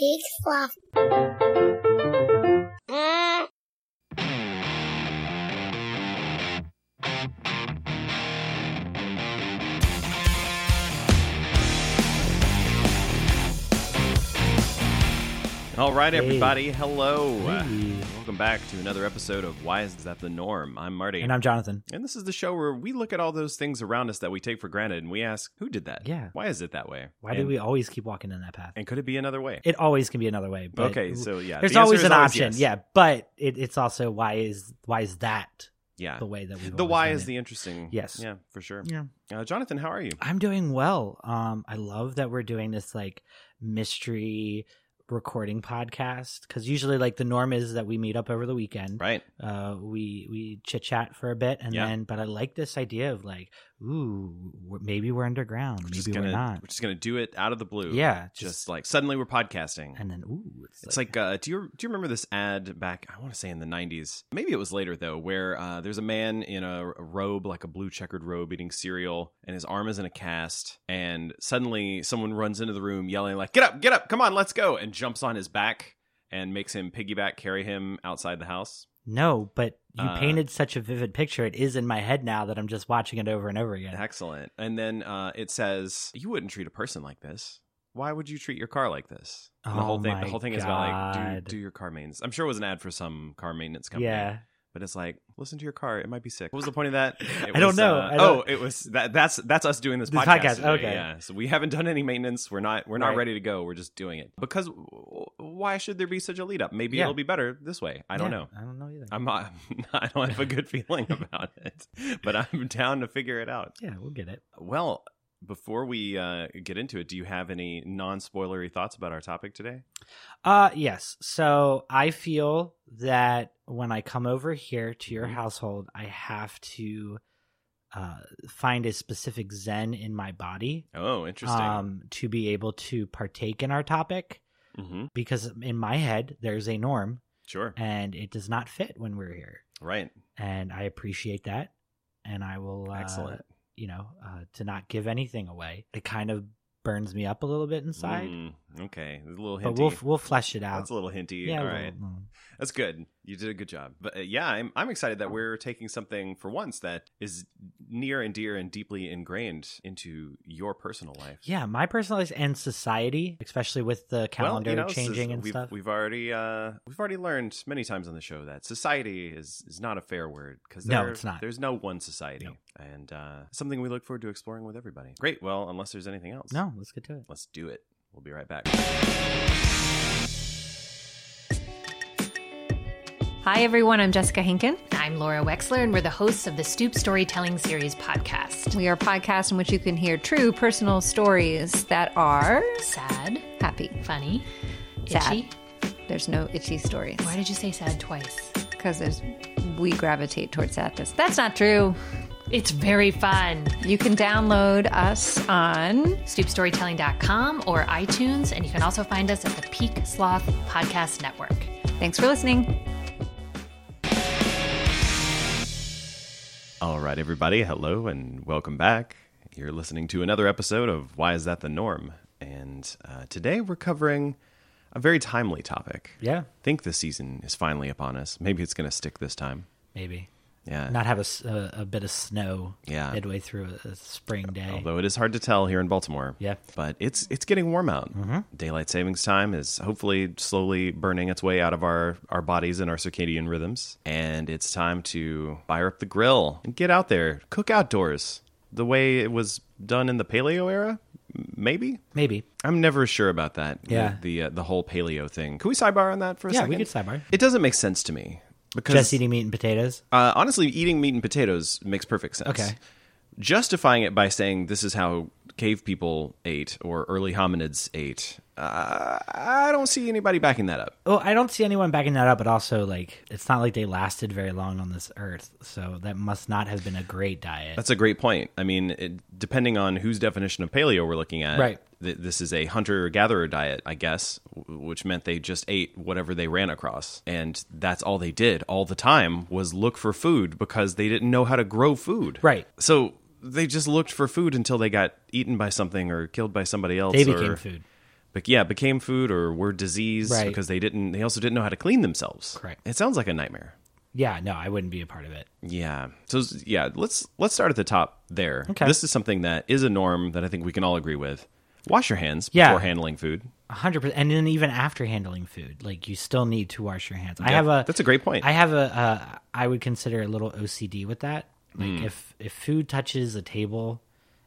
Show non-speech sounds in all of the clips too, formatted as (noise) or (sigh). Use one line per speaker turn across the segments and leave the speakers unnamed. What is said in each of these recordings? big fluff. Mm.
All right,
Hey.
everybody. Hello. Uh,
Hey.
Welcome back to another episode of Why Is That the Norm? I'm Marty.
And I'm Jonathan.
And this is the show where we look at all those things around us that we take for granted and we ask, who did that?
Yeah.
Why is it that way?
Why do
And-
we always keep walking in that path?
And could it be another way?
It always can be another way. But
okay, so yeah.
there's
the answer
always
is
an option.
yes.
Yeah, but it, it's also why is why is that
Yeah.
the way that we?
The why is the interesting.
Yes.
Yeah, for sure.
yeah.
Uh, Jonathan, how are you?
I'm doing well. Um, I love that we're doing this like mystery recording podcast because usually like the norm is that we meet up over the weekend.
Right.
Uh, we we chit chat for a bit and
Yeah.
then. But I like this idea of like, ooh, we're- maybe we're underground,
We're just
maybe
gonna
we're not.
we're just gonna do it out of the blue.
Yeah,
Just, like suddenly we're podcasting.
and then ooh,
It's like, uh, do you do you remember this ad back? I want to say in the '90s, maybe it was later though, where uh, there's a man in a robe, like a blue checkered robe, eating cereal, and his arm is in a cast. And suddenly, someone runs into the room, yelling like, "Get up, get up, come on, let's go!" and jumps on his back and makes him piggyback carry him outside the house.
No, but you
Uh,
painted such a vivid picture. It is in my head now that I'm just watching it over and over again.
Excellent. And then uh, it says, "You wouldn't treat a person like this." Why would you treat your car like this? And the
Oh
whole thing,
my
the whole thing is about like,
God.
do, do your car maintenance. I'm sure it was an ad for some car maintenance company.
Yeah.
but it's like listen to your car it might be sick what was the point of
(laughs)
that It
I don't
was,
know.
uh,
I don't-
oh it was that that's that's us doing this
This
podcast,
podcast,
today,
okay.
yeah so we haven't done any maintenance we're not we're not
Right.
ready to go we're just doing it because w- w- why should there be such a lead up maybe
Yeah.
it'll be better this way i don't
Yeah,
know
I don't know either.
I'm not, (laughs) I don't have a good feeling (laughs) about it, but I'm down to figure it out.
yeah, we'll get it.
Well, before we uh, get into it, do you have any non spoilery thoughts about our topic today?
Uh yes. So I feel that when I come over here to your
Mhm.
household, I have to uh, find a specific zen in my body
Oh, interesting.
um, to be able to partake in our topic
hmm
because in my head there's a norm
Sure.
and it does not fit when we're here.
Right.
and I appreciate that. And I will, uh,
Excellent.
you know, uh, to not give anything away. It kind of burns me up a little bit inside,
Mm, okay. A little hinty.
but we'll we'll flesh it out.
That's a little hinty.
yeah,
All
we'll-
right.
mm.
That's good. You did a good job. But uh, yeah, I'm, I'm excited that we're taking something for once that is near and dear and deeply ingrained into your personal life.
yeah. My personal life and society, especially with the
Well,
calendar
you know,
changing
sis-
and
we've,
stuff.
We've already uh, we've already learned many times on the show that society is is not a fair word because
No, it's not.
There's no one society,
No.
and uh, something we look forward to exploring with everybody. Great. Well, unless there's anything else,
no, let's get to it.
let's do it. We'll be right back.
Hi, everyone. I'm Jessica Hinken. I'm Laura Wexler, and we're the hosts of the Stoop Storytelling Series podcast. We are a podcast in which you can hear true personal stories that are
Sad.
happy, funny,
Sad.
itchy.
There's no itchy stories
Why did you say sad twice?
because there's we gravitate towards sadness. That's not true.
It's very fun.
You can download us on
StoopStorytelling.com or iTunes, and you can also find us at the Peak Sloth Podcast Network.
Thanks for listening.
All right, everybody. Hello and welcome back. You're listening to another episode of Why Is That the Norm? And uh, today we're covering a very timely topic.
Yeah,
I think the season is finally upon us. Maybe it's going to stick this time.
maybe
Yeah.
not have a, s- a- a bit of snow.
Yeah.
midway through a, a spring day.
Although it is hard to tell here in Baltimore.
Yeah. Mm-hmm.
But it's it's getting warm out. Daylight savings time is hopefully slowly burning its way out of our, our bodies and our circadian rhythms. And it's time to fire up the grill and get out there, cook outdoors the way it was done in the paleo era, m- maybe.
maybe
I'm never sure about that.
Yeah.
The the, uh, the whole paleo thing. Can we sidebar on that for a
Yeah,
second?
we could sidebar.
It doesn't make sense to me because
just eating meat and potatoes.
uh, honestly, eating meat and potatoes makes perfect sense.
Okay.
Justifying it by saying this is how cave people ate or early hominids ate, uh, I don't see anybody backing that up.
Well, I don't see anyone backing that up, but also like it's not like they lasted very long on this earth, so that must not have been a great diet.
That's a great point. I mean, it, depending on whose definition of paleo we're looking at,
Right.
th- this is a hunter gatherer diet, I guess, w- which meant they just ate whatever they ran across. And that's all they did all the time was look for food because they didn't know how to grow food.
Right.
So they just looked for food until they got eaten by something or killed by somebody else.
They
or-
became food.
But yeah, became food or were diseased
Right.
because they didn't. They also didn't know how to clean themselves.
Correct.
It sounds like a nightmare.
Yeah, no, I wouldn't be a part of it.
Yeah. So s- yeah, let's let's start at the top there.
Okay.
This is something that is a norm that I think we can all agree with. Wash your hands
Yeah.
before handling food.
A hundred percent. And then even after handling food, like you still need to wash your hands. I
Yeah,
have a.
that's a great point.
I have a. Uh, I would consider a little OCD with that. Like
Mm.
if if food touches a table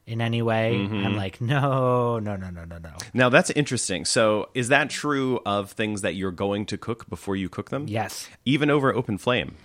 in any way,
Mm-hmm.
I'm like, no, no, no, no, no, no.
Now that's interesting. So is that true of things that you're going to cook before you cook them?
Yes,
Even over open flame.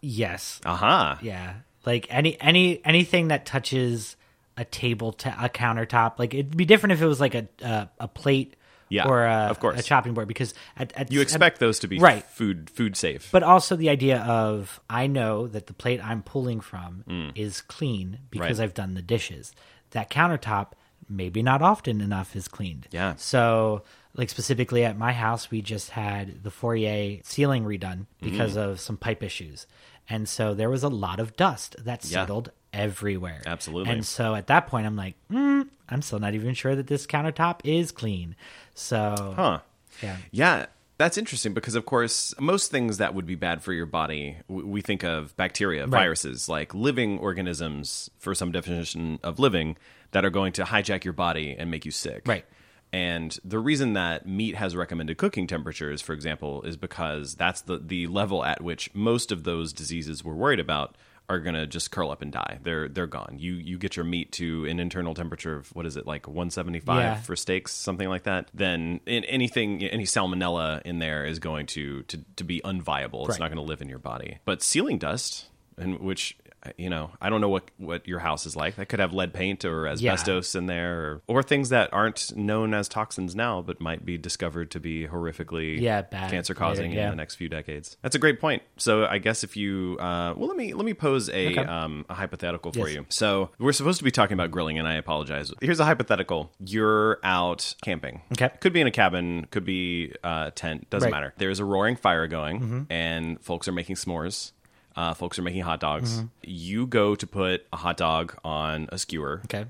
yes,
Aha.
yeah. Like any any anything that touches a table, to a countertop. Like it'd be different if it was like a a, a plate.
Yeah,
or a,
of course.
a chopping board because at, at
You
at-
expect those to be
Right.
food food safe.
But also the idea of I know that the plate I'm pulling from is clean because
Mm. Right.
I've done the dishes. That countertop maybe not often enough is cleaned.
Yeah.
So like specifically at my house we just had the foyer ceiling redone
Mm-hmm.
because of some pipe issues. And so there was a lot of dust that
Yeah.
settled everywhere.
Absolutely.
And so at that point I'm like, mm, I'm still not even sure that this countertop is clean. So
Huh.
Yeah.
Yeah. That's interesting because, of course, most things that would be bad for your body, w- we think of bacteria, viruses, like living organisms, for some definition of living, that are going to hijack your body and make you sick.
Right.
And the reason that meat has recommended cooking temperatures, for example, is because that's the, the level at which most of those diseases we're worried about are gonna just curl up and die. They're they're gone. You you get your meat to an internal temperature of what is it like 175
Yeah.
for steaks, something like that. Then in anything any salmonella in there is going to to, to be unviable. It's
Right.
not going to live in your body. But ceiling dust, and which you know I don't know what what your house is like. That could have lead paint or as
Yeah.
asbestos in there or, or things that aren't known as toxins now but might be discovered to be horrifically
Yeah, bad
cancer causing
later, yeah.
in the next few decades that's a great point so i guess if you uh, well let me let me pose a, um, a hypothetical for
Yes.
you so we're supposed to be talking about grilling and i apologize here's a hypothetical you're out camping
Okay.
could be in a cabin could be a tent doesn't
Right. Mm-hmm.
matter there's a roaring fire going and folks are making smores uh, folks are making hot dogs.
Mm-hmm.
You go to put a hot dog on a skewer.
Okay.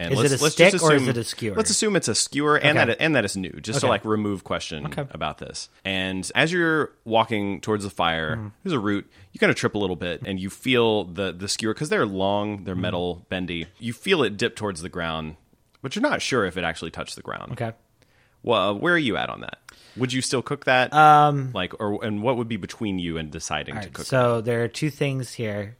And
Is
let's,
it a
let's just
stick or is
assume-
it a skewer?
Let's assume it's a skewer and
Okay.
that it, and that it's new, just to
Okay.
like remove question about this. And as you're walking towards the fire,
Mm-hmm.
there's a root. You kind of trip a little bit, and you feel the the skewer because they're long,
Mm-hmm.
they're metal, bendy. You feel it dip towards the ground, but you're not sure if it actually touched the ground.
Okay.
Well, uh, where are you at on that? Would you still cook that? Um, like, or and what would be between you and deciding to
Alright,
cook?
so there are two things here.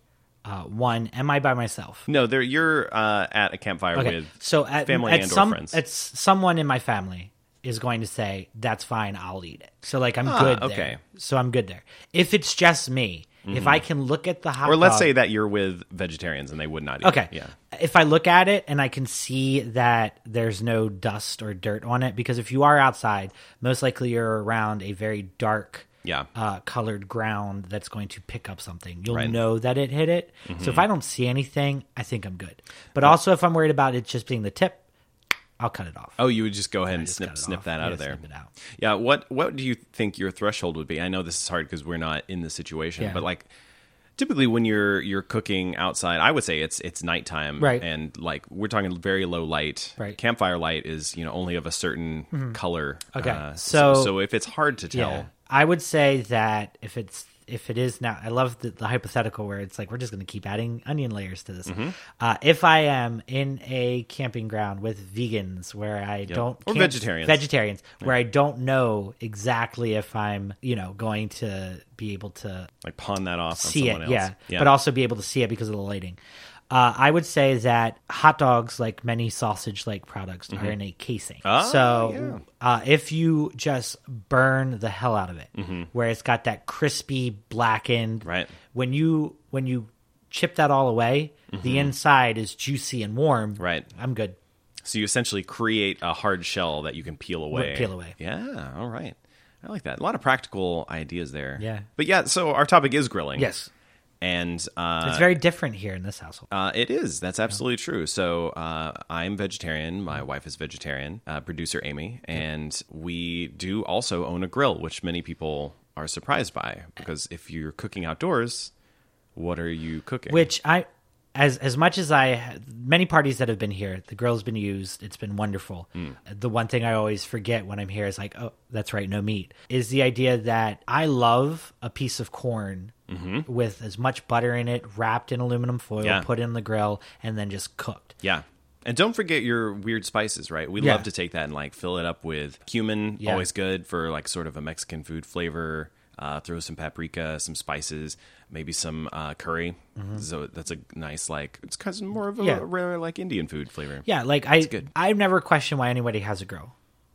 Uh, one, am I by myself?
No, there you're uh, at a campfire
Okay.
with
so at,
family
at
and or
some,
friends.
at s- someone in my family is going to say that's fine. I'll eat it. So like I'm good.
Ah, okay.
There. So I'm good there. If it's just me, if I can look at the hot,
Mm-hmm. or let's
dog-
say that you're with vegetarians and they would not eat.
Uh, okay,
it. Yeah.
If I look at it and I can see that there's no dust or dirt on it, because if you are outside, most likely you're around a very dark,
Yeah.
uh, colored ground that's going to pick up something. You'll know that it hit it. So
Mm-hmm.
if I don't see anything, I think I'm good. But also, if I'm worried about it just being the tip, I'll cut it off.
Oh, you would just go ahead and
Just cut
snip
it
snip
off.
that out
Yeah,
of there.
snip it out.
Yeah. What What do you think your threshold would be? I know this is hard because we're not in the situation,
Yeah.
but like typically when you're you're cooking outside, I would say it's it's nighttime,
Right.
And like we're talking very low light.
Right. Mm-hmm.
Campfire light is you know only of a certain color.
Okay,
so
so-
so if it's hard to tell,
I would say that if it's if it is now, I love the, the hypothetical where it's like we're just going to keep adding onion layers to this.
Mm-hmm.
Uh, if I am in a camping ground with vegans where I don't
Or
can't-
vegetarians.
vegetarians where I don't know exactly if I'm you know going to be able to
like pawn that off
see
on
it,
someone
yeah,
else.
but also be able to see it because of the lighting. Uh, I would say that hot dogs, like many sausage-like products, are in a casing.
Mm-hmm. Ah,
so uh, if you just burn the hell out of it, where it's got that crispy, blackened,
Mm-hmm. Right.
When you when you chip that all away, the inside is juicy and warm.
Mm-hmm. Right.
I'm good.
So you essentially create a hard shell that you can peel away.
peel away.
Yeah. All right. I like that. A lot of practical ideas there.
Yeah.
But yeah, so our topic is grilling.
Yes,
And Mm. uh,
it's very different here in this household.
uh, it is. That's absolutely true. So uh, I'm vegetarian. My
Mm-hmm.
wife is vegetarian. Uh, producer Amy, and we do also own a grill, which many people are surprised by because if you're cooking outdoors, what are you cooking?
Which I as as much as I many parties that have been here, the grill's been used. It's been wonderful.
Mm.
The one thing I always forget when I'm here is like, oh, that's right, no meat. Is the idea that I love a piece of corn with as much butter in it, wrapped in aluminum foil,
Mm-hmm. Yeah.
put in the grill, and then just cooked.
Yeah. And don't forget your weird spices, right? We
Yeah.
love to take that and like fill it up with cumin,
Yeah.
always good for like sort of a Mexican food flavor. Uh, throw some paprika, some spices, maybe some uh, curry. So that's a nice like it's kind of more of a
Mm-hmm. Yeah.
rare like Indian food flavor.
Yeah, like I
good.
I've never questioned why anybody has a grill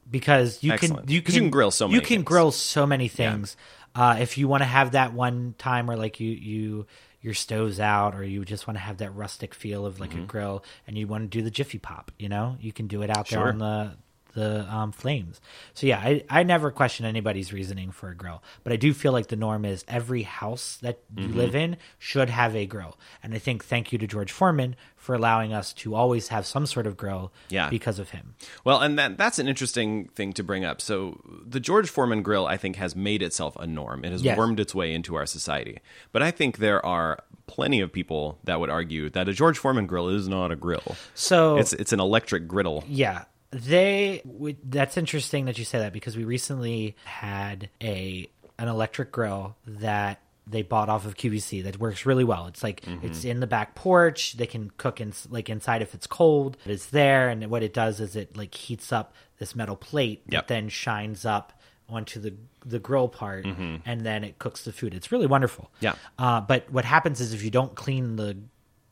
because you
Excellent.
can you
'Cause
can,
you can grill so
you
many
can
things.
grill so many things. Uh, if you want to have that one time where like you you your stove's out or you just want to have that rustic feel of
Mm-hmm.
like a grill and you want to do the jiffy pop, you know, you can do it out there
Sure.
on the the um, flames. So yeah, I, I never question anybody's reasoning for a grill, but I do feel like the norm is every house that you
Mm-hmm.
live in should have a grill. And I think thank you to George Foreman for allowing us to always have some sort of grill
Yeah.
because of him.
Well, and that that's an interesting thing to bring up. So the George Foreman grill, I think, has made itself a norm. It has
Yes.
wormed its way into our society. But I think there are plenty of people that would argue that a George Foreman grill is not a grill.
So
It's it's an electric
(laughs)
griddle.
Yeah. They would that's interesting that you say that because we recently had a an electric grill that they bought off of QVC that works really well. It's like it's in the back porch. They can cook in like inside if it's cold. It's there and what it does is it like heats up this metal plate
Yep.
that then shines up onto the the grill part and then it cooks the food. It's really wonderful.
Yeah.
Uh, but what happens is if you don't clean the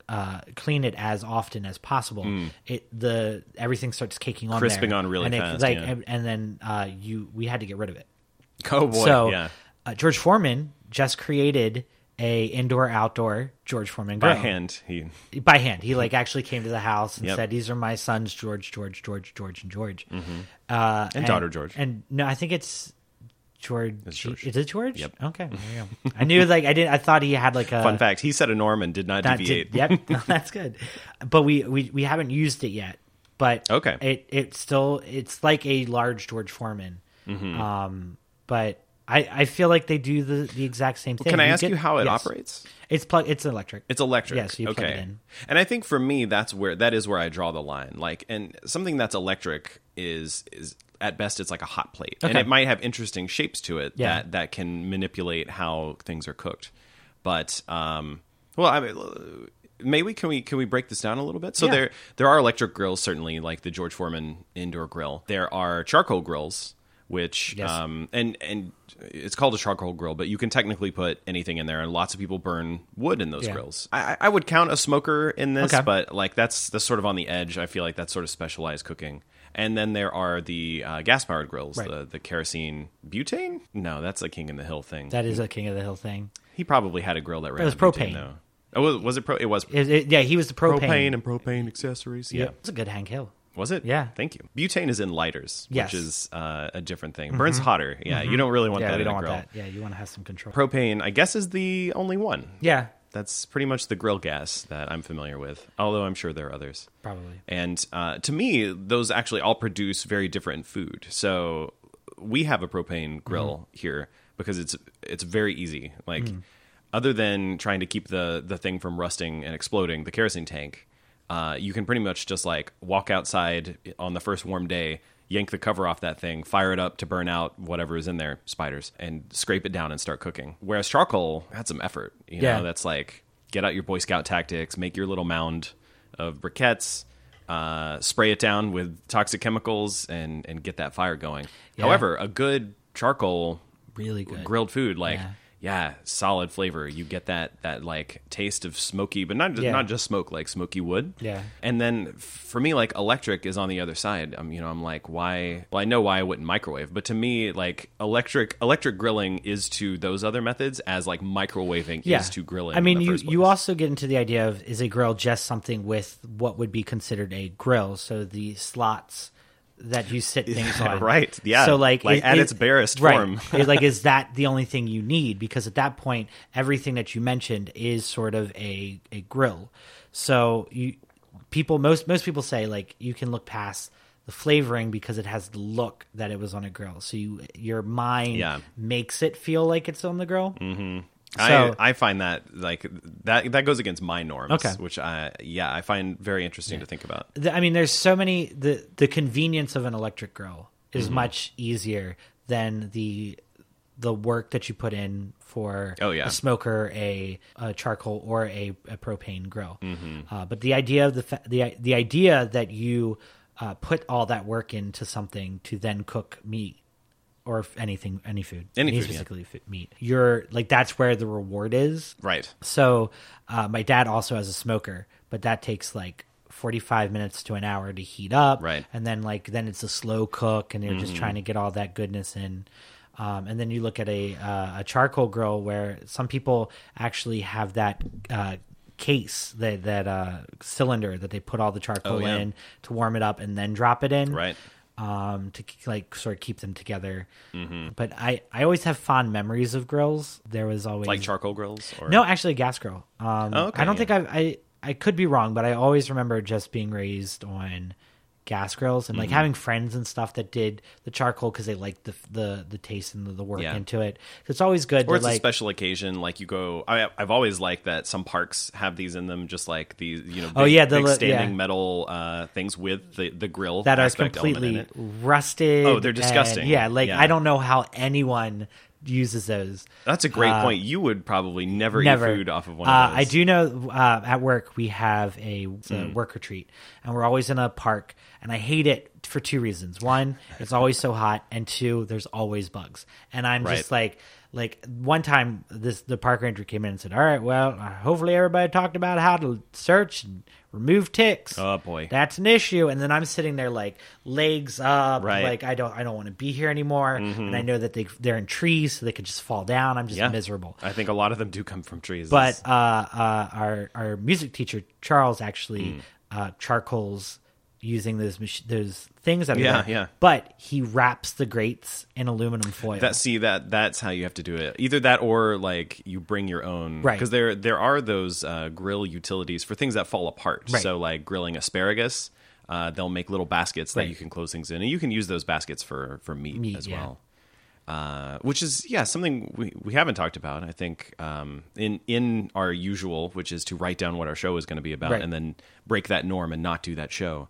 uh, clean it as often as possible, it the everything starts caking on,
Mm. Crisping
there.
on really
and it-
fast,
like,
yeah.
and, and then uh, you we had to get rid of it.
Oh boy,
so
yeah.
uh, George Foreman just created a indoor outdoor George Foreman
By
grill.
hand, he
By hand, he like actually came to the house and
Yep.
said, "These are my sons, George, George, George, George, and George."
Mm-hmm.
Uh,
and daughter George.
And no, I think it's George.
George.
Is it George?
Yep.
Okay. There you go. I knew like I didn't. I thought he had like a
Fun fact: he set a norm and did not
Uh, that
deviate.
did- yep. (laughs) No, that's good. But we, we we haven't used it yet. But
Okay.
it it still it's like a large George Foreman.
Mm-hmm.
Um, but I I feel like they do the the exact same thing.
Can I ask
get-
you how it
yes.
operates?
It's plug. It's electric.
It's electric.
Yes, you plug
okay.
it in.
And I think for me, that's where that is where I draw the line. Like, and something that's electric is is at best it's like a hot plate, and
Okay.
it might have interesting shapes to it
Yeah.
that that can manipulate how things are cooked. But um, well, I mean. Maybe can we can we break this down a little bit? So
Yeah.
there there are electric grills certainly, like the George Foreman indoor grill. There are charcoal grills, which
Yes.
um, and and it's called a charcoal grill, but you can technically put anything in there. And lots of people burn wood in those
Yeah.
grills. I, I- I would count a smoker in this,
Okay.
but like that's that's sort of on the edge. I feel like that's sort of specialized cooking. And then there are the uh, gas powered grills,
Right.
the, the kerosene butane. No, that's a King in the Hill thing.
That is a King of the Hill thing.
he probably had a grill that ran.
was
on
propane.
Butane, though. Oh, was, was it pro? It was
It- it- yeah, he was the propane.
propane and propane accessories. Yeah.
It's a good Hank Hill.
Was it?
Yeah.
Thank you. Butane is in lighters,
Yes. Mm-hmm.
which is uh, a different thing. Burns hotter. Yeah. You don't really want
Yeah,
that
we
in
don't
a
want
grill.
that. Yeah, you want to have some control.
Propane, I guess, is the only one.
yeah,
That's pretty much the grill gas that I'm familiar with, although I'm sure there are others.
probably.
And uh, to me, those actually all produce very different food. So we have a propane
Mm-hmm.
grill here because it's it's very easy. Like
Mm.
other than trying to keep the the thing from rusting and exploding, the kerosene tank, uh, you can pretty much just like walk outside on the first warm day, yank the cover off that thing, fire it up to burn out whatever is in there, spiders, and scrape it down and start cooking. Whereas charcoal had some effort. You
Yeah.
know, that's like get out your Boy Scout tactics, make your little mound of briquettes, uh, spray it down with toxic chemicals, and and get that fire going. However, a good charcoal
Really good.
grilled food, like
Yeah.
yeah. solid flavor. You get that that like taste of smoky, but not
Yeah.
not just smoke, like smoky wood.
Yeah.
And then for me, like electric is on the other side. I'm you know I'm like why? Well, I know why I wouldn't microwave, but to me, like electric electric grilling is to those other methods as like microwaving is to grilling.
I mean,
in the
you
first
you
place.
also get into the idea of is a grill just something with what would be considered a grill? So the slots that
(laughs)
you sit things on,
right, yeah,
So like,
like at its barest
right.
form.
Is- like,
(laughs)
is that the only thing you need? Because at that point, everything that you mentioned is sort of a a grill. So you people most most people say like you can look past. The flavoring because it has the look that it was on a grill, so you your mind
Yeah.
makes it feel like it's on the grill So-
I, I find that like that that goes against my norms,
Okay.
which I yeah I find very interesting to think about.
the, I mean, there's so many. The the convenience of an electric grill is
Mm-hmm.
much easier than the the work that you put in for
Oh, yeah.
a smoker, a, a charcoal, or a, a propane grill.
Mm-hmm.
Uh, but the idea of the fa- the the idea that you uh, put all that work into something to then cook meat or f- anything, any food,
Any food, yeah.
specifically meat. You're like that's where the reward is.
Right.
So uh, my dad also has a smoker, but that takes like 45 minutes to an hour to heat up.
Right. Mm-hmm.
And then like then it's a slow cook, and you're just trying to get all that goodness in. Um, and then you look at a uh, a charcoal grill where some people actually have that. Uh, case that that uh cylinder that they put all the charcoal
Oh, yeah.
in to warm it up and then drop it in
Right.
um to k- like sort of keep them together
Mm-hmm.
but i i always have fond memories of grills there was always
Like charcoal grills or
no, actually, gas grill. Um,
Oh, okay,
I don't
yeah.
think I've, I I could be wrong, but I always remember just being raised on gas grills
Mm-hmm.
and like having friends and stuff that did the charcoal because they liked the the the taste and the, the work
Yeah.
into it. 'Cause It's always good
or
to
it's a
like.
special occasion like you go I, i've always liked that some parks have these in them just like these you know big,
Oh, yeah, the
big
li-
standing
yeah.
metal uh, things with the, the grill
that are
aspect element in
completely
it.
rusted.
Oh, they're
and-
disgusting.
yeah, like
Yeah.
I don't know how anyone uses those.
that's a great
Uh,
point you would probably never, eat food off of one
Uh,
of those Mm.
I do know uh, at work we have a, a work retreat, and we're always in a park, and I hate it for two reasons. One, it's always so hot, and two, there's always bugs, and I'm just like. Like one time, this the park ranger came in and said, "All right, well, uh, hopefully everybody talked about how to search and remove ticks.
Oh, boy.
that's an issue." And then I'm sitting there like legs up,
Right. Mm-hmm.
like I don't, I don't want to be here anymore. And I know that they they're in trees, so they could just fall down. I'm just
Yeah.
miserable.
i think a lot of them do come from trees
But uh, uh, our our music teacher Charles actually
Hmm.
uh, charcoals using those mach- those things that are
Yeah,
there.
yeah.
But he wraps the grates in aluminum foil.
that see that that's how you have to do it either that or like you bring your own
Right.
because there there are those uh, grill utilities for things that fall apart
Right.
so like grilling asparagus uh, they'll make little baskets that you can close things in and you can use those baskets for for meat,
Meat,
as
yeah.
well uh, which is yeah something we, we haven't talked about i think um, in in our usual which is to write down what our show is going to be about
Right.
and then break that norm and not do that show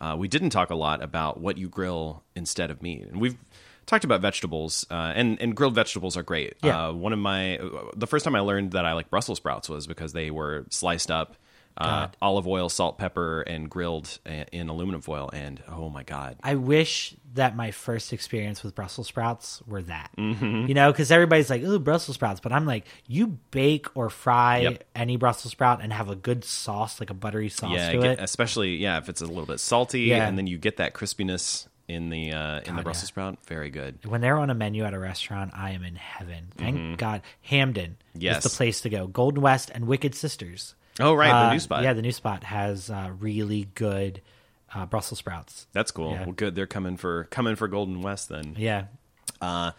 uh, we didn't talk a lot about what you grill instead of meat and we've talked about vegetables uh, and and grilled vegetables are great
Yeah.
uh, one of my the first time i learned that i like brussels sprouts was because they were sliced up uh, olive oil salt pepper and grilled a- in aluminum foil and oh my god
I wish that my first experience with Brussels sprouts were that.
Mm-hmm.
You know, because everybody's like, "Ooh, Brussels sprouts," but I'm like, you bake or fry
Yep.
any Brussels sprout and have a good sauce, like a buttery sauce
yeah,
to
get-
it.
especially yeah, if it's a little bit salty,
Yeah.
and then you get that crispiness in the uh, in the Brussels sprout. Very good.
when they're on a menu at a restaurant, I am in heaven. Thank God. Hamden
Mm-hmm. Yes.
is the place to go. Golden West and Wicked Sisters.
Oh right, the
Uh,
new spot.
Yeah, the new spot has uh, really good uh, Brussels sprouts.
that's cool.
yeah.
Well, good. They're coming for coming for Golden West then.
Yeah.
Uh,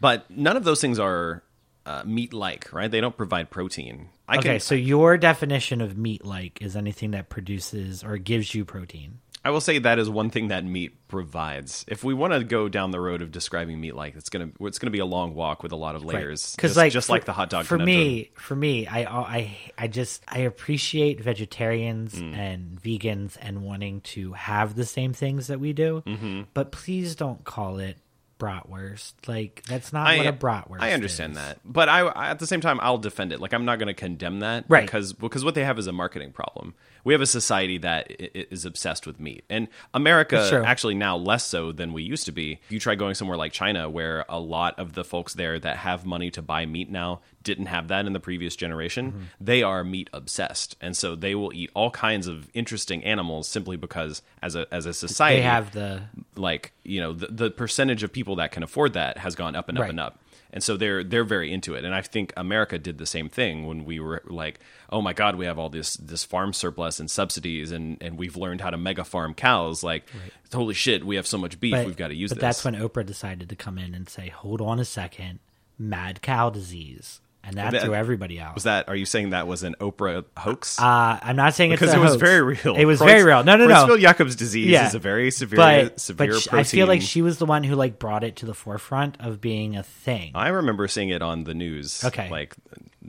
but none of those things are uh, meat like, right? They don't provide protein. I
okay,
can,
so your definition of meat like is anything that produces or gives you protein.
I will say that is one thing that meat provides. If we want to go down the road of describing meat like, it's gonna it's gonna be a long walk with a lot of
(laughs)
layers.
Because
just,
like
just
for-
like the hot dog
For
conundrum.
me, for me, I I I just I appreciate vegetarians
Mm.
and vegans and wanting to have the same things that we do.
Mm-hmm.
But please don't call it bratwurst. Like that's not what a bratwurst.
I understand
is.
that, but I, I- at the same time I'll defend it. Like I'm not going to condemn that,
Right.
Because because what they have is a marketing problem. We have a society that i- i- is obsessed with meat, and America
That's true.
actually now less so than we used to be. You try going somewhere like China, where a lot of the folks there that have money to buy meat now didn't have that in the previous generation.
Mm-hmm.
They are meat obsessed, and so they will eat all kinds of interesting animals simply because as a as a society
They have the
like you know the, the percentage of people that can afford that has gone up and up
Right.
and up and so they're they're very into it and i think america did the same thing when we were like oh my god we have all this this farm surplus and subsidies and and we've learned how to mega farm cows like holy shit we have so much beef
but,
we've got to use
But
this
that's when Oprah decided to come in and say, "Hold on a second, mad cow disease," and that,
That-
threw everybody out.
was that are you saying that was an oprah hoax
uh, I'm not saying
because
it's a
it was
hoax.
very real.
It was very real. No, no, no.
Jacobs disease
Yeah.
is a very severe, severe
sh-
protein.
I feel like she was the one who like brought it to the forefront of being a thing.
I remember seeing it on the news.
Okay.
Like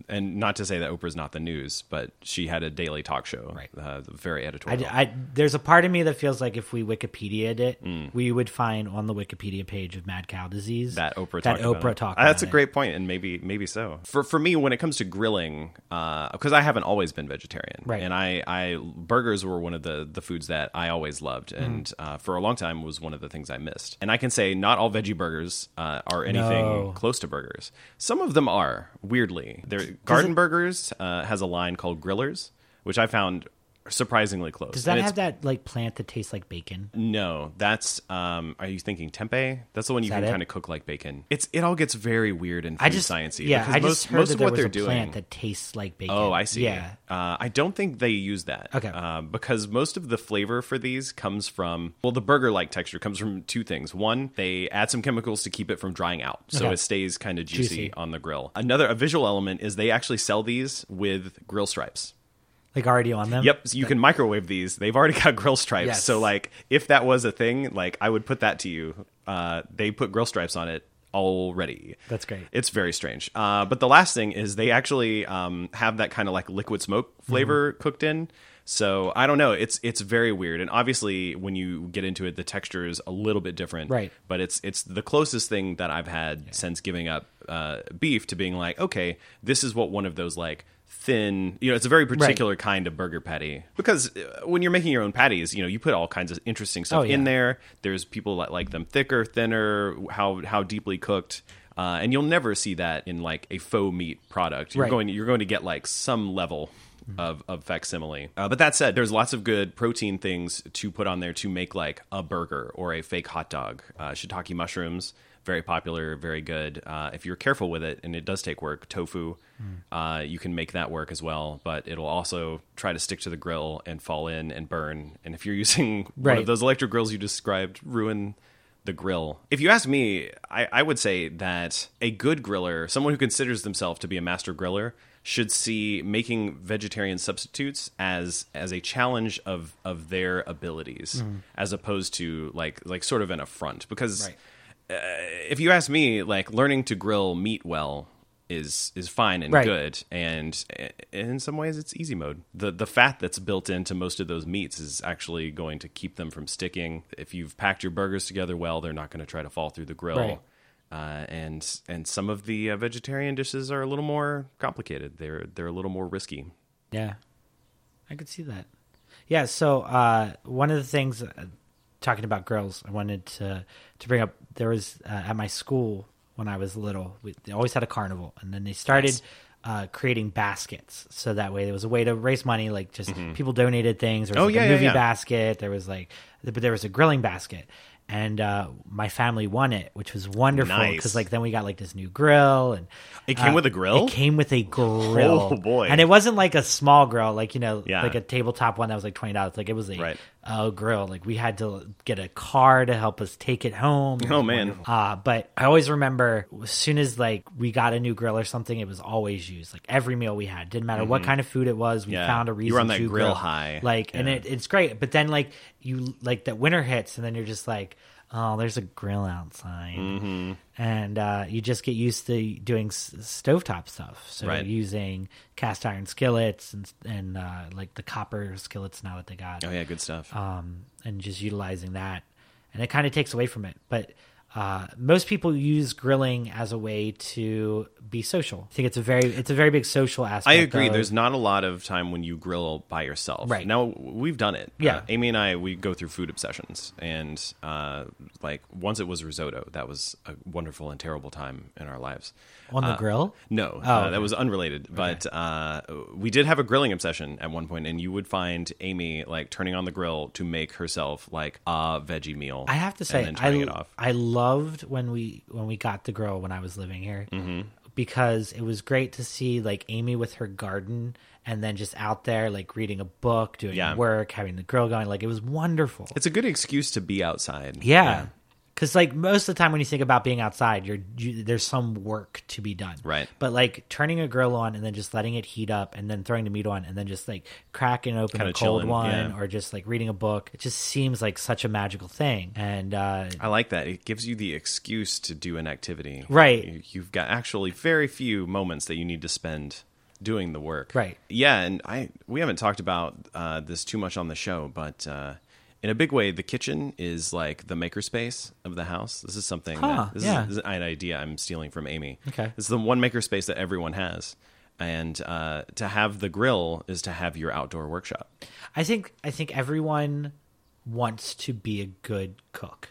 and not to say that Oprah's not the news, but she had a daily talk show,
Right.
Uh, very
I,
editorial.
I- there's a part of me that feels like if we Wikipedia'd it,
Mm.
we would find on the Wikipedia page of mad cow disease
that Oprah
that
talked
Oprah
about it.
talked.
Uh, That's
about
a
it.
great point, and maybe maybe so. For for me, when it comes to grilling, because I haven't always been vegetarian,
Right.
And I, I burgers were one of the the foods that I always loved,
Mm.
and uh, for a long time was one of the things I missed. And I can say not all veggie burgers uh, are anything
No.
close to burgers. Some of them are weirdly. They're, garden Burgers uh, has a line called Grillers, which I found surprisingly close.
Does
And
that
it's
have that like plant that tastes like bacon?
no, that's um are you thinking tempeh? That's the one you
that
can
it?
kind of cook like bacon. It's it all gets very weird and food
I just
sciencey.
yeah.
because
I just
most,
heard
most
that
of
there
what
was
they're
a
doing.
plant that tastes like bacon.
Oh, I see.
Yeah,
Uh, I don't think they use that.
Okay.
Uh, because most of the flavor for these comes from, well, the burger like texture comes from two things. One, they add some chemicals to keep it from drying out. So
Okay.
it stays kind of juicy,
Juicy.
on the grill. Another, a visual element is they actually sell these with grill stripes.
like already on them.
Yep, so you can microwave these. They've already got grill stripes.
Yes.
So like if that was a thing, like I would put that to you. Uh, they put grill stripes on it already.
That's great.
It's very strange. Uh, but the last thing is they actually um, have that kind of like liquid smoke
Mm-hmm.
flavor cooked in. So I don't know. It's it's very weird, and obviously when you get into it, the texture is a little bit different.
Right.
But it's it's the closest thing that I've had since giving up uh, beef to being like, okay, this is what one of those like thin. You know, it's a very particular kind of burger patty because uh, when you're making your own patties, you know, you put all kinds of interesting stuff
Oh, yeah.
in there. There's people that like them thicker, thinner, how how deeply cooked. Uh, and you'll never see that in like a faux meat product. You're
Right.
going you're going to get like some level of, of facsimile. Uh, but that said, there's lots of good protein things to put on there to make like a burger or a fake hot dog. Uh, shiitake mushrooms, very popular, very good. Uh, if you're careful with it, and it does take work, tofu, uh, you can make that work as well, but it'll also try to stick to the grill and fall in and burn. And if you're (laughs) using one
Right.
of those electric grills you described, ruin the grill. If you ask me, I, I would say that a good griller, someone who considers themselves to be a master griller, should see making vegetarian substitutes as as a challenge of of their abilities, as opposed to like like sort of an affront. Because
Hmm. Right.
if you ask me, like learning to grill meat well is is fine and
Right.
good, and in some ways it's easy mode. The the fat that's built into most of those meats is actually going to keep them from sticking. If you've packed your burgers together well, they're not going to try to fall through the grill.
Right.
Uh, and and some of the uh, vegetarian dishes are a little more complicated. They're they're a little more risky.
Yeah, I could see that. Yeah, so uh, one of the things uh, talking about girls, I wanted to to bring up. There was uh, at my school when I was little, we, they always had a carnival, and then they started. Uh, creating baskets so that way there was a way to raise money like just people donated things there was
Mm-hmm. Oh, yeah,
like a
yeah,
movie
yeah.
basket there was like but there was a grilling basket and uh, my family won it which was wonderful because
Nice.
like then we got like this new grill and
It came with a grill?
Uh, it came with a grill
Oh, boy.
and it wasn't like a small grill like you know
Yeah.
like a tabletop one that was like twenty dollars. Like it was a
Right.
uh, grill. Like we had to get a car to help us take it home. It
Oh
was
man,
wonderful. Uh, but I always remember as soon as like we got a new grill or something, it was always used. Like every meal we had, didn't matter what kind of food it was, we
Mm-hmm. Yeah.
found a
You were
reason.
on that
to
grill high.
Like, and it, it's great. But then like you like that winter hits, and then you're just like, oh, there's a grill outside,
Mm-hmm.
and uh, you just get used to doing s- stovetop stuff. So
Right.
using cast iron skillets and and uh, like the copper skillets now that they got
oh yeah, good stuff.
um, and just utilizing that. And it kind of takes away from it. But uh, most people use grilling as a way to be social. I think it's a very it's a very big social aspect.
I agree.
of-
There's not a lot of time when you grill by yourself.
uh, Right.
Now we've done it.
Yeah.
Uh, Amy and I we go through food obsessions, and uh, like once it was risotto. That was a wonderful and terrible time in our lives.
on the
Uh,
grill.
No, uh, that was unrelated. But uh, we did have a grilling obsession at one point, and you would find Amy like turning on the grill to make herself like a veggie meal.
I have to say,
and then turning
I
it off.
I loved when we when we got the grill when I was living here
Mm-hmm.
because it was great to see like Amy with her garden and then just out there like reading a book, doing
Yeah.
work, having the grill going. Like it was wonderful.
It's a good excuse to be outside.
Yeah. Cause like most of the time when you think about being outside, you're you, there's some work to be done,
Right.
But like turning a grill on and then just letting it heat up, and then throwing the meat on, and then just like cracking open
Kinda
a cold
chilling,
one,
yeah.
or just like reading a book, it just seems like such a magical thing. And uh,
I like that. It gives you the excuse to do an activity.
Right.
You- You've got actually very few moments that you need to spend doing the work.
Right.
Yeah, and I we haven't talked about uh, this too much on the show, but uh, in a big way, the kitchen is like the makerspace of the house. This is something.
Huh,
that, this,
yeah.
is, this is an idea I'm stealing from Amy.
Okay.
It's the one makerspace that everyone has, and uh, to have the grill is to have your outdoor workshop.
I think I think everyone wants to be a good cook.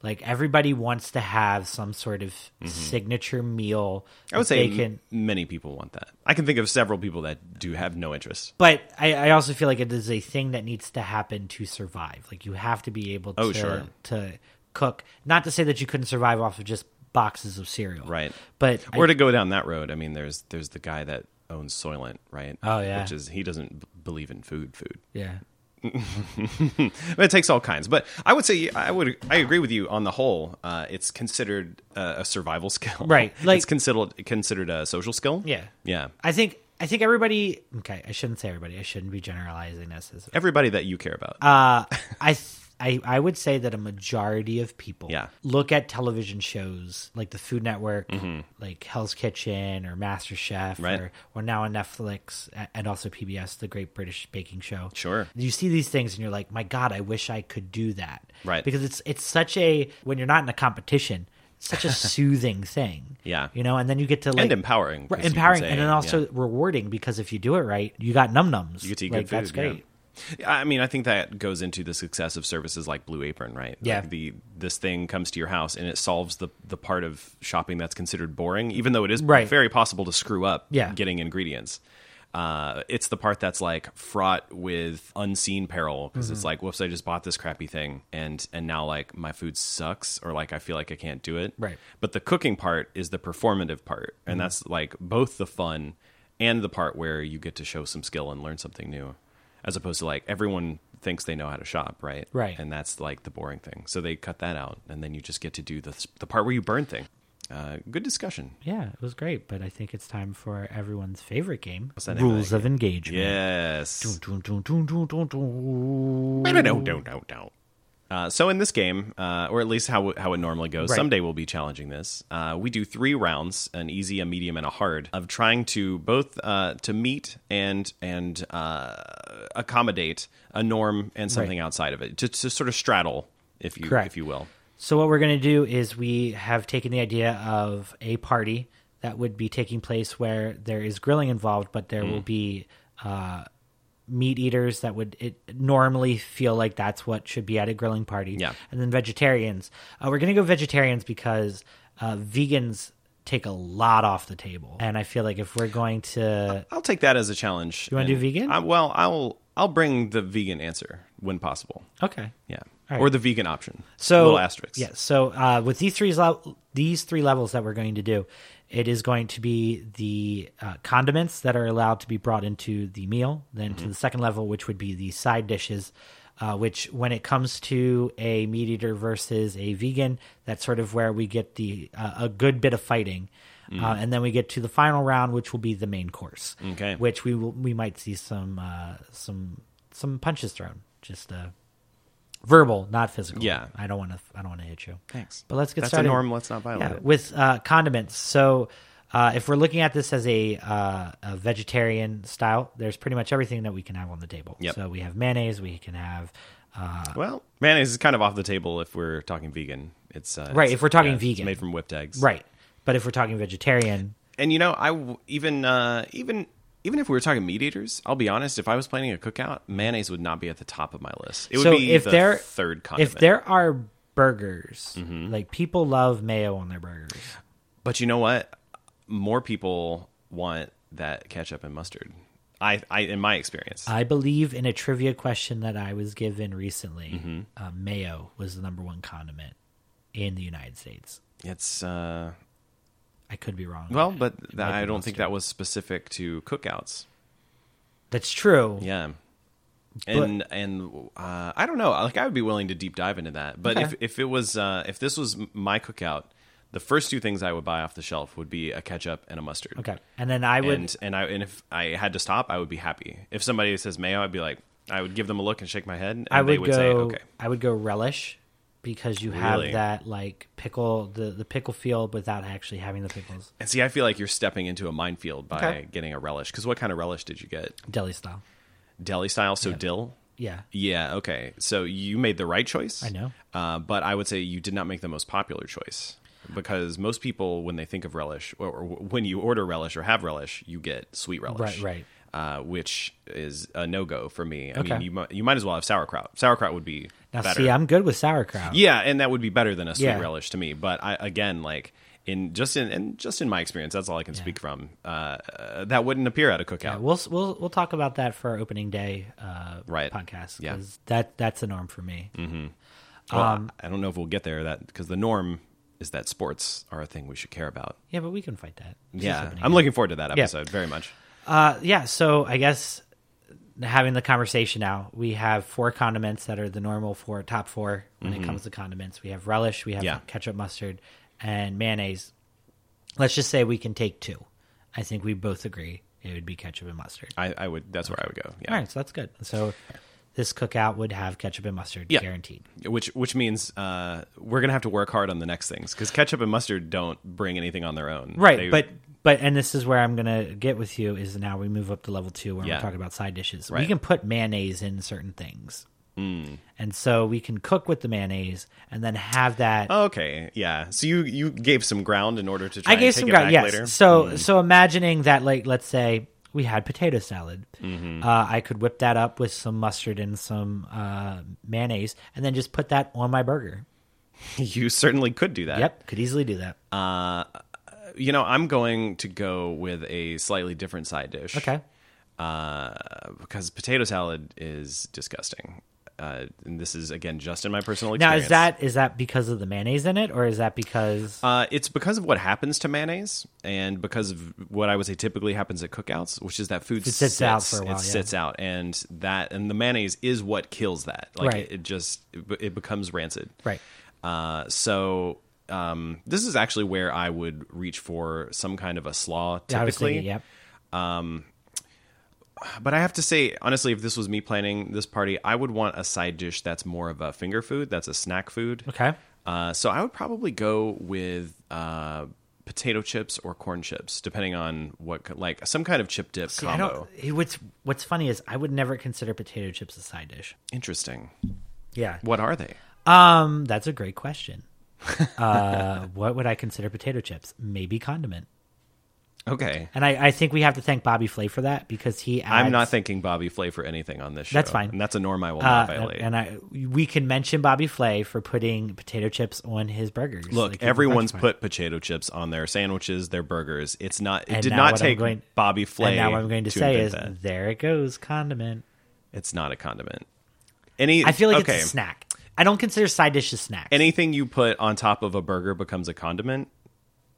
Like everybody wants to have some sort of signature meal.
Mm-hmm. I would
that
say
they can,
m- many people want that. I can think of several people that do have no interest.
but I, I also feel like it is a thing that needs to happen to survive. Like you have to be able to
Oh, sure.
to cook. Not to say that you couldn't survive off of just boxes of cereal,
Right.
But I-
or to go down that road. I mean, there's there's the guy that owns Soylent, right?
Oh, yeah.
which is he doesn't b- believe in food, food.
yeah,
But it takes all kinds. But I would say I would I agree with you on the whole. Uh, it's considered uh, a survival (laughs) skill,
Right, like-
it's considered considered a social skill.
Yeah.
yeah.
I think I think everybody. Okay, I shouldn't say everybody. I shouldn't be generalizing this. As,
Everybody that you care about.
uh, I, th- I I would say that a majority of people
Yeah.
look at television shows like the Food Network, like Hell's Kitchen or Master Chef,
Mm-hmm. Right.
or, or now on Netflix a- and also PBS, The Great British Baking Show.
Sure.
you see these things and you're like, my God, I wish I could do that.
Right.
because it's it's such a when you're not in a competition. it's Such
(laughs)
a soothing thing,
Yeah.
You know, and then you get to like
empowering, 'cause
Right,
you can
empowering,
say,
and then also
yeah.
rewarding because if you do it right, you got num nums.
You get to eat
like,
good food.
That's great.
yeah. I mean, I think that goes into the success of services like Blue Apron, right?
Yeah.
Like the this thing comes to your house and it solves the the part of shopping that's considered boring, even though it is
Right.
very possible to screw up
Yeah.
getting ingredients. Uh, it's the part that's like fraught with unseen peril because
Mm-hmm.
it's like, whoops, I just bought this crappy thing and and now like my food sucks or like I feel like I can't do it.
Right. Mm-hmm.
But the cooking part is the performative part, and that's like both the fun and the part where you get to show some skill and learn something new, as opposed to like everyone thinks they know how to shop, right?
Right.
And that's like the boring thing. So they cut that out, and then you just get to do the the part where you burn thing. Uh, good discussion.
Yeah, it was great, but I think it's time for everyone's favorite game:
that name of
rules
that
of engagement.
Yes.
Dun, dun, dun, dun, dun, dun,
No,
dun.
no, no, no, no, no. Uh, so in this game, uh, or at least how how it normally goes,
Right.
someday we'll be challenging this. Uh, we do three rounds: an easy, a medium, and a hard of trying to both uh, to meet and and uh, accommodate a norm and something outside of it, to, to sort of straddle, if you
Correct.
if you will.
So what we're going to do is we have taken the idea of a party that would be taking place where there is grilling involved, but there will be uh, meat eaters that would it normally feel like that's what should be at a grilling party.
Yeah.
and then vegetarians. Uh, we're going to go vegetarians because uh, vegans take a lot off the table, and I feel like if we're going to
I'll take that as a challenge. You
wanna do vegan?
I, well, I'll I'll bring the vegan answer when possible.
okay,
Yeah,
All right.
or the vegan option.
So
little asterisks.
Yeah. So uh, with these three le- these three levels that we're going to do, it is going to be the uh, condiments that are allowed to be brought into the meal. Then
Mm-hmm.
to the second level, which would be the side dishes. Uh, which, when it comes to a meat eater versus a vegan, that's sort of where we get the uh, a good bit of fighting, uh, and then we get to the final round, which will be the main course.
Mm-hmm. Okay.
Which we will we might see some uh, some some punches thrown, just uh, verbal, not physical.
Yeah.
I don't want to. I don't want to hit you.
Thanks.
But let's get
That's a
started.
norm, let's not violate it.
With uh, condiments, so uh, if we're looking at this as a, uh, a vegetarian style, there's pretty much everything that we can have on the table.
Yep.
So we have mayonnaise. We can have. Uh,
Well, mayonnaise is kind of off the table if we're talking vegan. It's uh,
Right,
it's-
if we're talking
it's
vegan.
made from whipped eggs,
right. But if we're talking vegetarian,
And you know, I w- even uh, even even if we were talking meat eaters, I'll be honest. If I was planning a cookout, mayonnaise would not be at the top of my list. It would
so
be
if
the
there
third condiment. Mm-hmm.
if there are burgers, like people love mayo on their burgers.
but you know what? More people want that ketchup and mustard. I, I in my experience,
I believe in a trivia question that I was given recently,
Mm-hmm.
uh, mayo was the number one condiment in the United States.
it's uh,
I could be wrong.
well, but th- I
be
don't think that was specific to cookouts.
that's true.
Yeah. And and uh, I don't know. Like I would be willing to deep dive into that. But if
Okay.
if it was uh, if this was m- my cookout, the first two things I would buy off the shelf would be a ketchup and a mustard.
Okay, and then I would.
and and I and if I had to stop, I would be happy. If somebody says mayo, I'd be like, I would give them a look and shake my head, and
I would,
they would
go.
say okay.
I would go relish, because you have
Really?
that like pickle the the pickle field without actually having the pickles
And see, I feel like you're stepping into a minefield by
Okay.
getting a relish. Because what kind of relish did you get?
deli style.
Deli style, so dill.
Yeah.
Yeah. Okay. So you made the right choice.
I know.
Uh, but I would say you did not make the most popular choice because most people, when they think of relish, or, or when you order relish or have relish, you get sweet relish.
Right,
Uh, which is a no go for me. I mean,
Okay.
you mi- you might as well have sauerkraut. Sauerkraut would be
Now
better.
see, I'm good with sauerkraut.
Yeah, and that would be better than a sweet
Yeah.
relish to me. But I, again, like in just in and just in my experience, that's all I can speak from. Uh, uh, that wouldn't appear at a cookout.
Uh, We'll we'll we'll talk about that for our opening day uh,
Right.
podcast.
Yeah. Mm-hmm.
'cause that that's the norm for me.
Well,
Um,
I don't know if we'll get there that because the norm is that sports are a thing we should care about.
Yeah, but we can fight that. It's just
Yeah,
opening
I'm
day.
looking forward to that episode very much.
Uh, yeah. So I guess having the conversation now, we have four condiments that are the normal four top four when it comes to condiments. We have relish, we have
Mm-hmm. Yeah.
ketchup, mustard, and mayonnaise. Let's just say we can take two. I think we both agree it would be ketchup and mustard.
I, I would. That's where I would go. Yeah,
All right, so that's good. So this cookout would have ketchup and mustard,
Yeah.
guaranteed.
which which means uh, we're gonna have to work hard on the next things because ketchup and mustard don't bring anything on their own.
right
They-
but but and this is where i'm gonna get with you is now we move up to level two where
Yeah.
we're talking about side dishes we
Right. Hmm.
can put mayonnaise in certain things and so we can cook with the mayonnaise and then have that
Oh, okay, yeah. So you you gave some ground in order to try
i gave
and take
some
it
ground
back
yes
later. Hmm.
so so imagining that like let's say we had potato salad
Mm-hmm.
uh, i could whip that up with some mustard and some uh, mayonnaise and then just put that on my burger
(laughs) you certainly could do that.
yep could easily do that
You know, I'm going to go with a slightly different side dish.
okay
uh, because potato salad is disgusting. Uh, and this is again just in my personal
now
experience.
is that is that because of the mayonnaise in it or is that because
Uh, it's because of what happens to mayonnaise, and because of what I would say typically happens at cookouts, which is that food
It sits out for a while,
It
yeah.
sits out, and that and the mayonnaise is what kills that. Like
Right.
it, it just it, be- it becomes rancid.
Right.
Uh, so um, this is actually where I would reach for some kind of a slaw. Typically,
I was thinking, yep
But I have to say, honestly, if this was me planning this party, I would want a side dish that's more of a finger food, that's a snack food.
Okay.
Uh, so I would probably go with uh, potato chips or corn chips, depending on what, co- like some kind of chip dip
I
combo.
don't. it- What's What's funny is I would never consider potato chips a side dish.
Interesting.
Yeah.
What are they?
Um. That's a great
(laughs)
question. uh, what would I consider potato chips? Maybe condiment.
Okay.
And I, I think we have to thank Bobby Flay for that because he. Adds,
I'm not thanking Bobby Flay for anything on this show.
That's fine.
And that's a norm I will
Uh,
not violate.
and I we can mention Bobby Flay for putting potato chips on his burgers.
Look,
like, at the
everyone's
brunch point.
put potato chips on their sandwiches, their burgers. It's not. It
And
did
now
not
what I'm
take
going-
Bobby Flay.
And now what I'm going to,
to
say
invent that.
is, there it goes, condiment.
It's not a condiment. Any
I feel like
okay.
it's a snack. I don't consider side dishes snacks.
Anything you put on top of a burger becomes a condiment.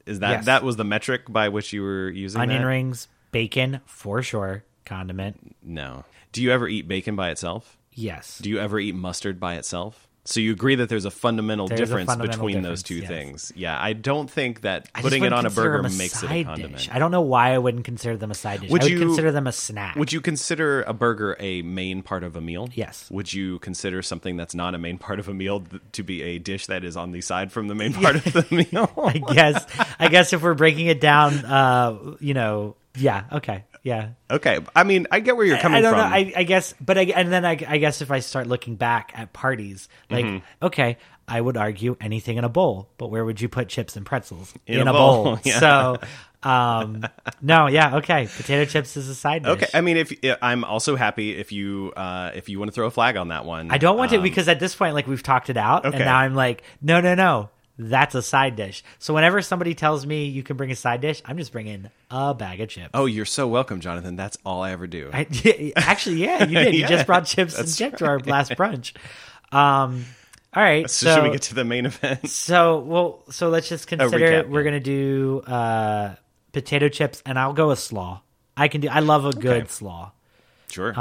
Is that
Yes.
that was the metric by which you were using
onion
that?
rings, bacon for sure, condiment.
No. Do you ever eat bacon by itself?
Yes.
Do you ever eat mustard by itself? So you agree that there's a fundamental
There's a
difference
fundamental
between those
difference,
two
yes.
things. Yeah, I don't think that
I just
putting it
wouldn't
on a
consider
burger
them
makes it a
side
condiment.
Dish. I don't know why I wouldn't consider them a side dish.
Would
I would
you-
consider them a snack.
Would you consider a burger a main part of a meal?
Yes.
Would you consider something that's not a main part of a meal th- to be a dish that is on the side from the main part of the
(laughs)
meal?
(laughs) I guess. I guess if we're breaking it down, uh, you know, yeah, okay, yeah.
okay. I mean, I get where you're coming
I don't
from.
know. I, I guess, but I, and then I, I guess if I start looking back at parties, like,
Mm-hmm.
okay, I would argue anything in a bowl, but where would you put chips and pretzels
In a bowl, (laughs) yeah.
So, um, no, yeah, okay. Potato chips is a side dish.
Okay, I mean, if i I'm also happy if you uh, if you want to throw a flag on that one,
I don't want to
Um,
because at this point, like we've talked it out,
Okay.
and now I'm like, no, no, no, that's a side dish. So whenever somebody tells me you can bring a side dish, I'm just bringing a bag of chips.
Oh, you're so welcome, Jonathan. That's all I ever do.
I, (laughs) actually, yeah, you did.
(laughs)
You
Yeah,
just brought chips and chip to our last brunch. Um, all
(laughs)
right,
so,
so
should we get to the main
(laughs)
event?
so well, so let's just consider
recap,
we're
yeah.
gonna do uh, potato chips, and I'll go with slaw. I can do. I love a good slaw.
sure.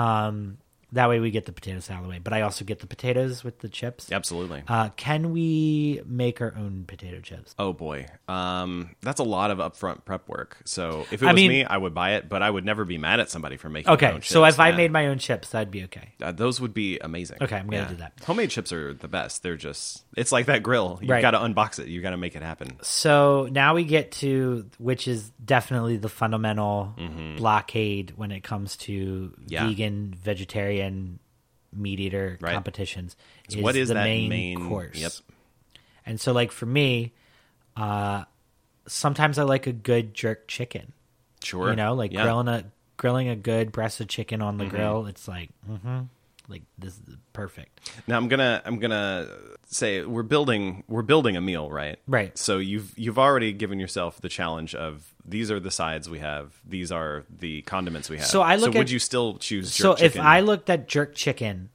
That way we get the potato salad away, but I also get the potatoes with the chips.
Absolutely.
Uh, can we make our own potato chips?
Oh boy, um, that's a lot of upfront prep work. So if it
I
was
mean-
me, I would buy it, but I would never be mad at somebody for making. their
Okay,
own
so
chips.
if I
Yeah.
made my own chips, that'd be okay.
Uh, those would be amazing.
Okay, I'm gonna do that.
Homemade chips are the best. They're just it's like that grill. You
Right.
got to unbox it. You got to make it happen.
So now we get to which is definitely the fundamental blockade when it comes to
Mm-hmm. Yeah.
vegan, vegetarian, meat eater
Right.
competitions.
what is
the
that
main,
main-
course?
yep.
And so, like for me, uh, sometimes I like a good jerk chicken.
Sure.
You know, like
Yeah. Mm-hmm.
grilling a grilling a good breast of chicken on the grill. It's like, hmm like this is perfect.
Now I'm gonna I'm gonna say we're building we're building a meal, right?
Right.
So you've you've already given yourself the challenge of these are the sides we have, these are the condiments we have.
So I look
so would
at-
you still choose?
so
Jerk
if
chicken?
I looked at jerk chicken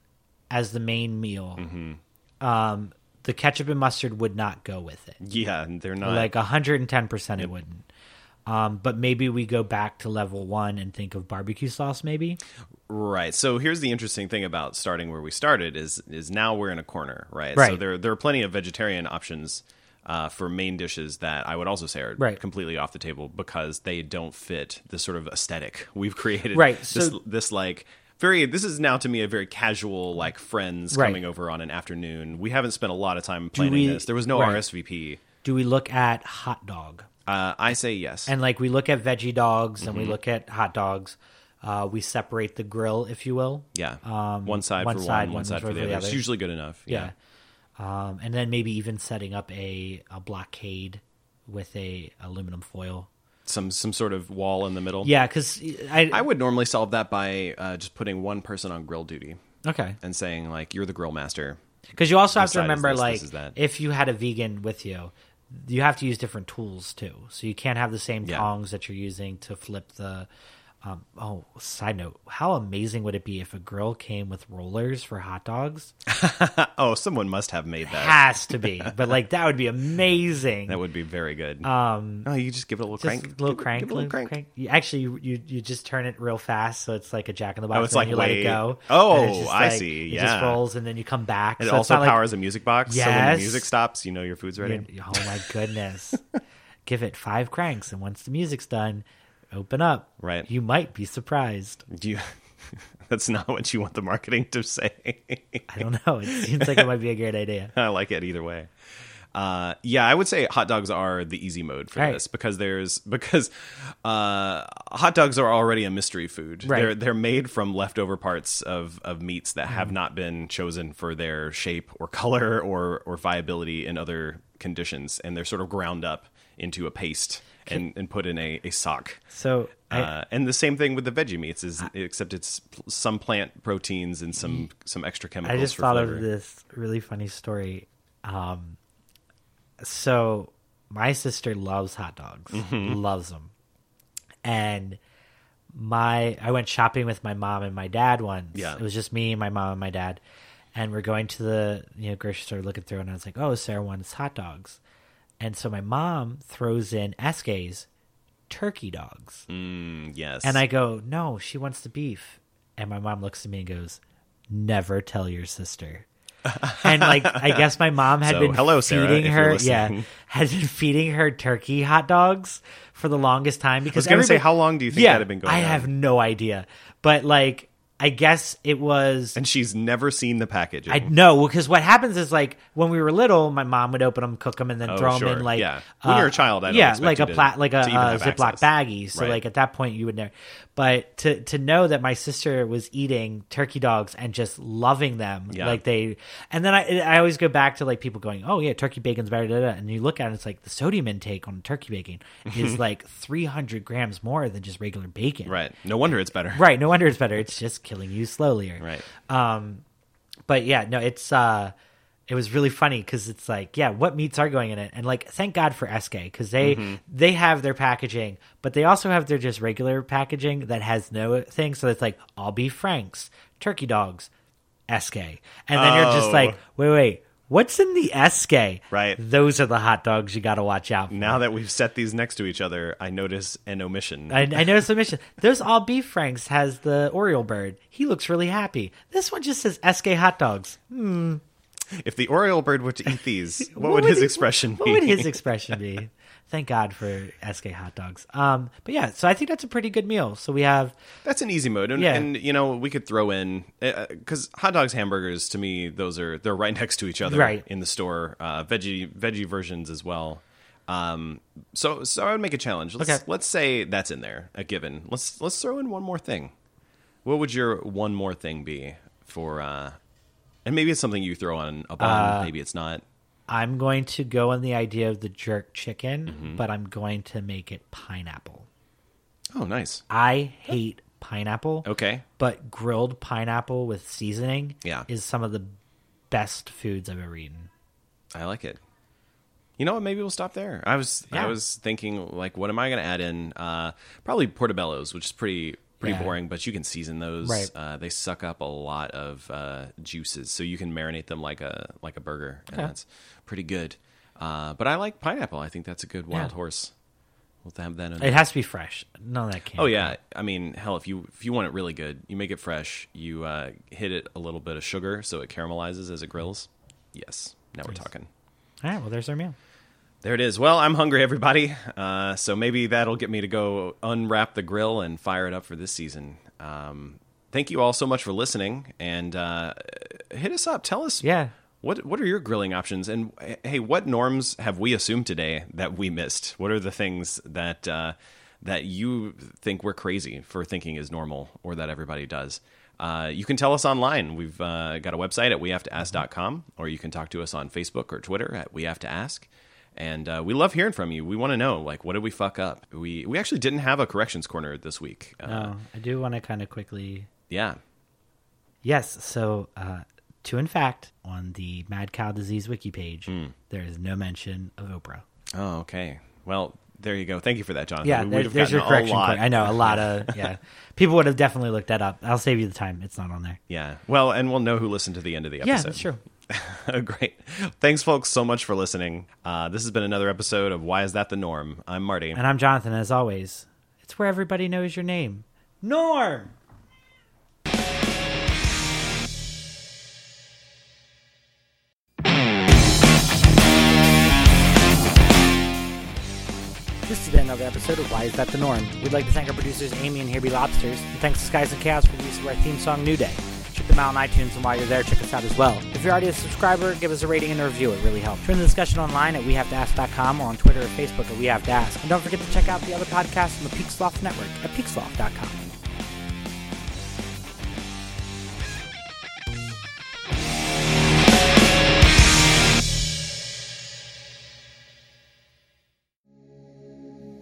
as the main meal,
Mm-hmm.
um, the ketchup and mustard would not go with it.
yeah, and they're not
Like hundred and ten percent, it wouldn't. Um, but maybe we go back to level one and think of barbecue sauce. Maybe
Right. So here's the interesting thing about starting where we started is is now we're in a corner, right? So
Right.
there there are plenty of vegetarian options uh, for main dishes that I would also say are
Right.
completely off the table because they don't fit the sort of aesthetic we've (laughs) created.
Right,
this,
so-
this like very this is now to me a very casual like friends
Right.
coming over on an afternoon. We haven't spent a lot of time planning
we-
this. There was no
right.
RSVP.
do we look at hot dog?
Uh, I say yes.
And like we look at veggie dogs and we
Mm-hmm.
look at hot dogs. Uh, we separate the grill, if you will.
yeah. one side
um, one
for
side,
one, one side for the other. It's
other.
usually good enough.
Yeah. Um, and then maybe even setting up a, a blockade with a aluminum foil.
Some some sort of wall in the middle.
Yeah, because I,
I would normally solve that by uh, just putting one person on grill duty
okay
and saying like, "You're the grill master."
because you also have to
side is
remember
this, this
like
is that.
if you had a vegan with you, you have to use different tools too. So you can't have the same
Yeah.
tongs that you're using to flip the. Um, oh, side note: How amazing would it be if a grill came with rollers for hot dogs?
Oh, someone must have made that.
Has
(laughs)
to be, but like that would be amazing.
That would be very good. Um, oh, you just give it a little
Just
crank,
a little
Give it-
crank,
give it a
little
little
crank. You, actually, you, you you just turn it real fast, so it's like a jack in the box.
Oh, it's
and
like
you let
way-
it go.
Oh,
and it's just
I
like-
see,
It just
yeah.
rolls, and then you come back.
It
so it's
also
not like-
powers a music box, so when the
Yes.
music stops, you know your food's ready.
You- oh my goodness. (laughs) Give it five cranks, and once the music's done, open up.
Right.
You might be surprised.
Do you? (laughs) That's not what you want the marketing to say. (laughs)
I don't know. It seems like it might be a great idea.
I like it either way. Uh, yeah, I would say hot dogs are the easy mode for
Right.
this because there's because uh, hot dogs are already a mystery food.
Right.
They're they're made from leftover parts of of meats that
Mm-hmm.
have not been chosen for their shape or color or or viability in other conditions, and they're sort of ground up into a paste and, and put in a, a sock.
So I,
Uh, and the same thing with the veggie meats is except it's some plant proteins and some some extra
Mm. I
chemicals.
just
for
thought
flavor.
of this really funny story. Um, so my sister loves hot dogs,
Mm-hmm.
loves them, and my I went shopping with my mom and my dad once.
Yeah.
it was just me, my mom, and my dad, and we're going to the you know grocery store looking through, and I was like, oh, Sarah wants hot dogs, and so my mom throws in Eske's turkey dogs.
Mm, Yes,
And I go, no, she wants the beef. And my mom looks at me and goes, never tell your
(laughs)
sister. and like, I guess my mom had
So,
been
hello, Sarah,
feeding
if you're
her, yeah,
listening.
(laughs) had been feeding her turkey hot dogs for the longest time. Because
was gonna say,
everybody-
how long do you think
yeah,
that had been going on?
I have no idea, but like, I guess it was.
and she's never seen the packaging.
I know because what happens is like when we were little, my mom would open them, cook them, and then
Oh,
throw them
sure.
in like uh,
Yeah. When you're a child, I don't
yeah,
expect
like
you
a
to-
plat, like a
to even
uh,
have
Ziploc
access.
baggie. So
Right.
like at that point, you would never. But to to know that my sister was eating turkey dogs and just loving them,
Yeah.
like they, and then I I always go back to like people going, oh yeah, turkey bacon's better, da, da, da." and you look at it, it's like the sodium intake on turkey
(laughs)
bacon is like 300 grams more than just regular bacon,
Right. No wonder it's better.
Right. No wonder it's better. It's just killing you slowly.
Right.
but yeah, no, it's uh it was really funny because it's like, yeah, what meats are going in it, and like, thank God for SK because they
Mm-hmm.
they have their packaging, but they also have their just regular packaging that has no thing. So it's like all beef franks, turkey dogs, SK, and then you're just
Oh.
like, wait, wait, What's in the SK?
Right.
Those are the hot dogs you got to watch out for.
Now that we've set these next to each other, I notice an omission.
I, I noticed the mission. Those all beef franks has the Oriole bird. He looks really happy. This one just says SK hot dogs.
if the Oriole bird were to eat
(laughs)
these, what, would his expression
what,
be?
What would his expression be? (laughs) Thank God for SK hot dogs. Um, but yeah, so I think that's a pretty good meal. So we have
That's an easy mode, and,
Yeah.
and you know we could throw in because hot dogs, hamburgers, to me, those are they're right (laughs) next to each other
Right.
in the store. Uh, veggie veggie versions as well. Um, so so I would make a challenge. Let's,
Okay.
let's say that's in there, a given. Let's let's throw in one more thing. What would your one more thing be for? Uh, and maybe it's something you throw on a
Uh,
bun. maybe it's not.
I'm going to go on the idea of the jerk chicken,
Mm-hmm.
but I'm going to make it pineapple.
Oh, nice.
I hate pineapple.
Okay.
But grilled pineapple with seasoning
Yeah.
is some of the best foods I've ever eaten.
I like it. You know what? Maybe we'll stop there. I was
Yeah.
I was thinking like, what am I going to add in? Uh, probably portobello's, which is pretty pretty
Yeah.
boring, but you can season those.
Right.
Uh, they suck up a lot of uh, juices, so you can marinate them like a like a burger, and that's pretty good. Uh, but I like pineapple. I think that's a good wild
Yeah.
horse. We'll have that. In
It has to be fresh. None of that can.
Oh yeah, I mean, hell, if you if you want it really good, you make it fresh. You uh, hit it a little bit of sugar so it caramelizes as it grills. Yes, now we're talking.
All right. Well, there's our meal.
There it is. Well, I'm hungry, everybody. Uh, so maybe that'll get me to go unwrap the grill and fire it up for this season. Um, thank you all so much for listening, and uh, hit us up. Tell us,
Yeah.
what what are your grilling options? And eh, hey, what norms have we assumed today that we missed? What are the things that uh, that you think we're crazy for thinking is normal, or that everybody does? Uh, you can tell us online. We've uh, got a website at wehavetoask.com, or you can talk to us on Facebook or Twitter at we have to ask and uh, we love hearing from you. We want to know, like, what did we fuck up? We we actually didn't have a corrections corner this week. Uh,
Oh, I do want to kind of quickly
Yeah,
Yes. So, uh, to in fact, on the mad cow disease wiki page,
Hmm.
there is no mention of Oprah.
Oh, okay. Well, there you go. Thank you for that, Jonathan.
Yeah,
We
there-
would've
there's your
gotten a
correction.
lot.
Corey. I know a lot
(laughs)
of yeah. People would have definitely looked that up. I'll save you the time. It's not on there.
Yeah. Well, and we'll know who listened to the end of the episode.
Yeah, that's true.
(laughs) Great. Thanks, folks, so much for listening. Uh, this has been another episode of Why Is That the Norm? I'm Marty.
And I'm Jonathan. As always, it's where everybody knows your name, Norm. This has been another episode of Why Is That the Norm? We'd like to thank our producers Amy and Here Be Lobsters, and thanks to Skies and Chaos for the use of our theme song New Day. Check them out on iTunes, and while you're there, check us out as well. If you're already a subscriber, give us a rating and a review. It really helps. Join the discussion online at wehavetoask.com or on Twitter or Facebook at wehavetoask. And don't forget to check out the other podcasts on the Peaksloft Network at peaksloft.com.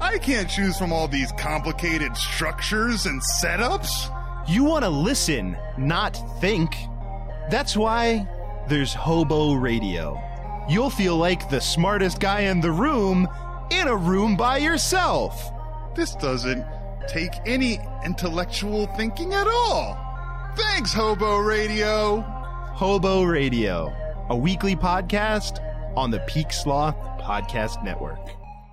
I can't choose from all these complicated structures and setups.
You want to listen, not think. That's why there's Hobo Radio. You'll feel like the smartest guy in the room in a room by yourself.
This doesn't take any intellectual thinking at all. Thanks, Hobo Radio.
Hobo Radio, a weekly podcast on the Peak Sloth Podcast Network.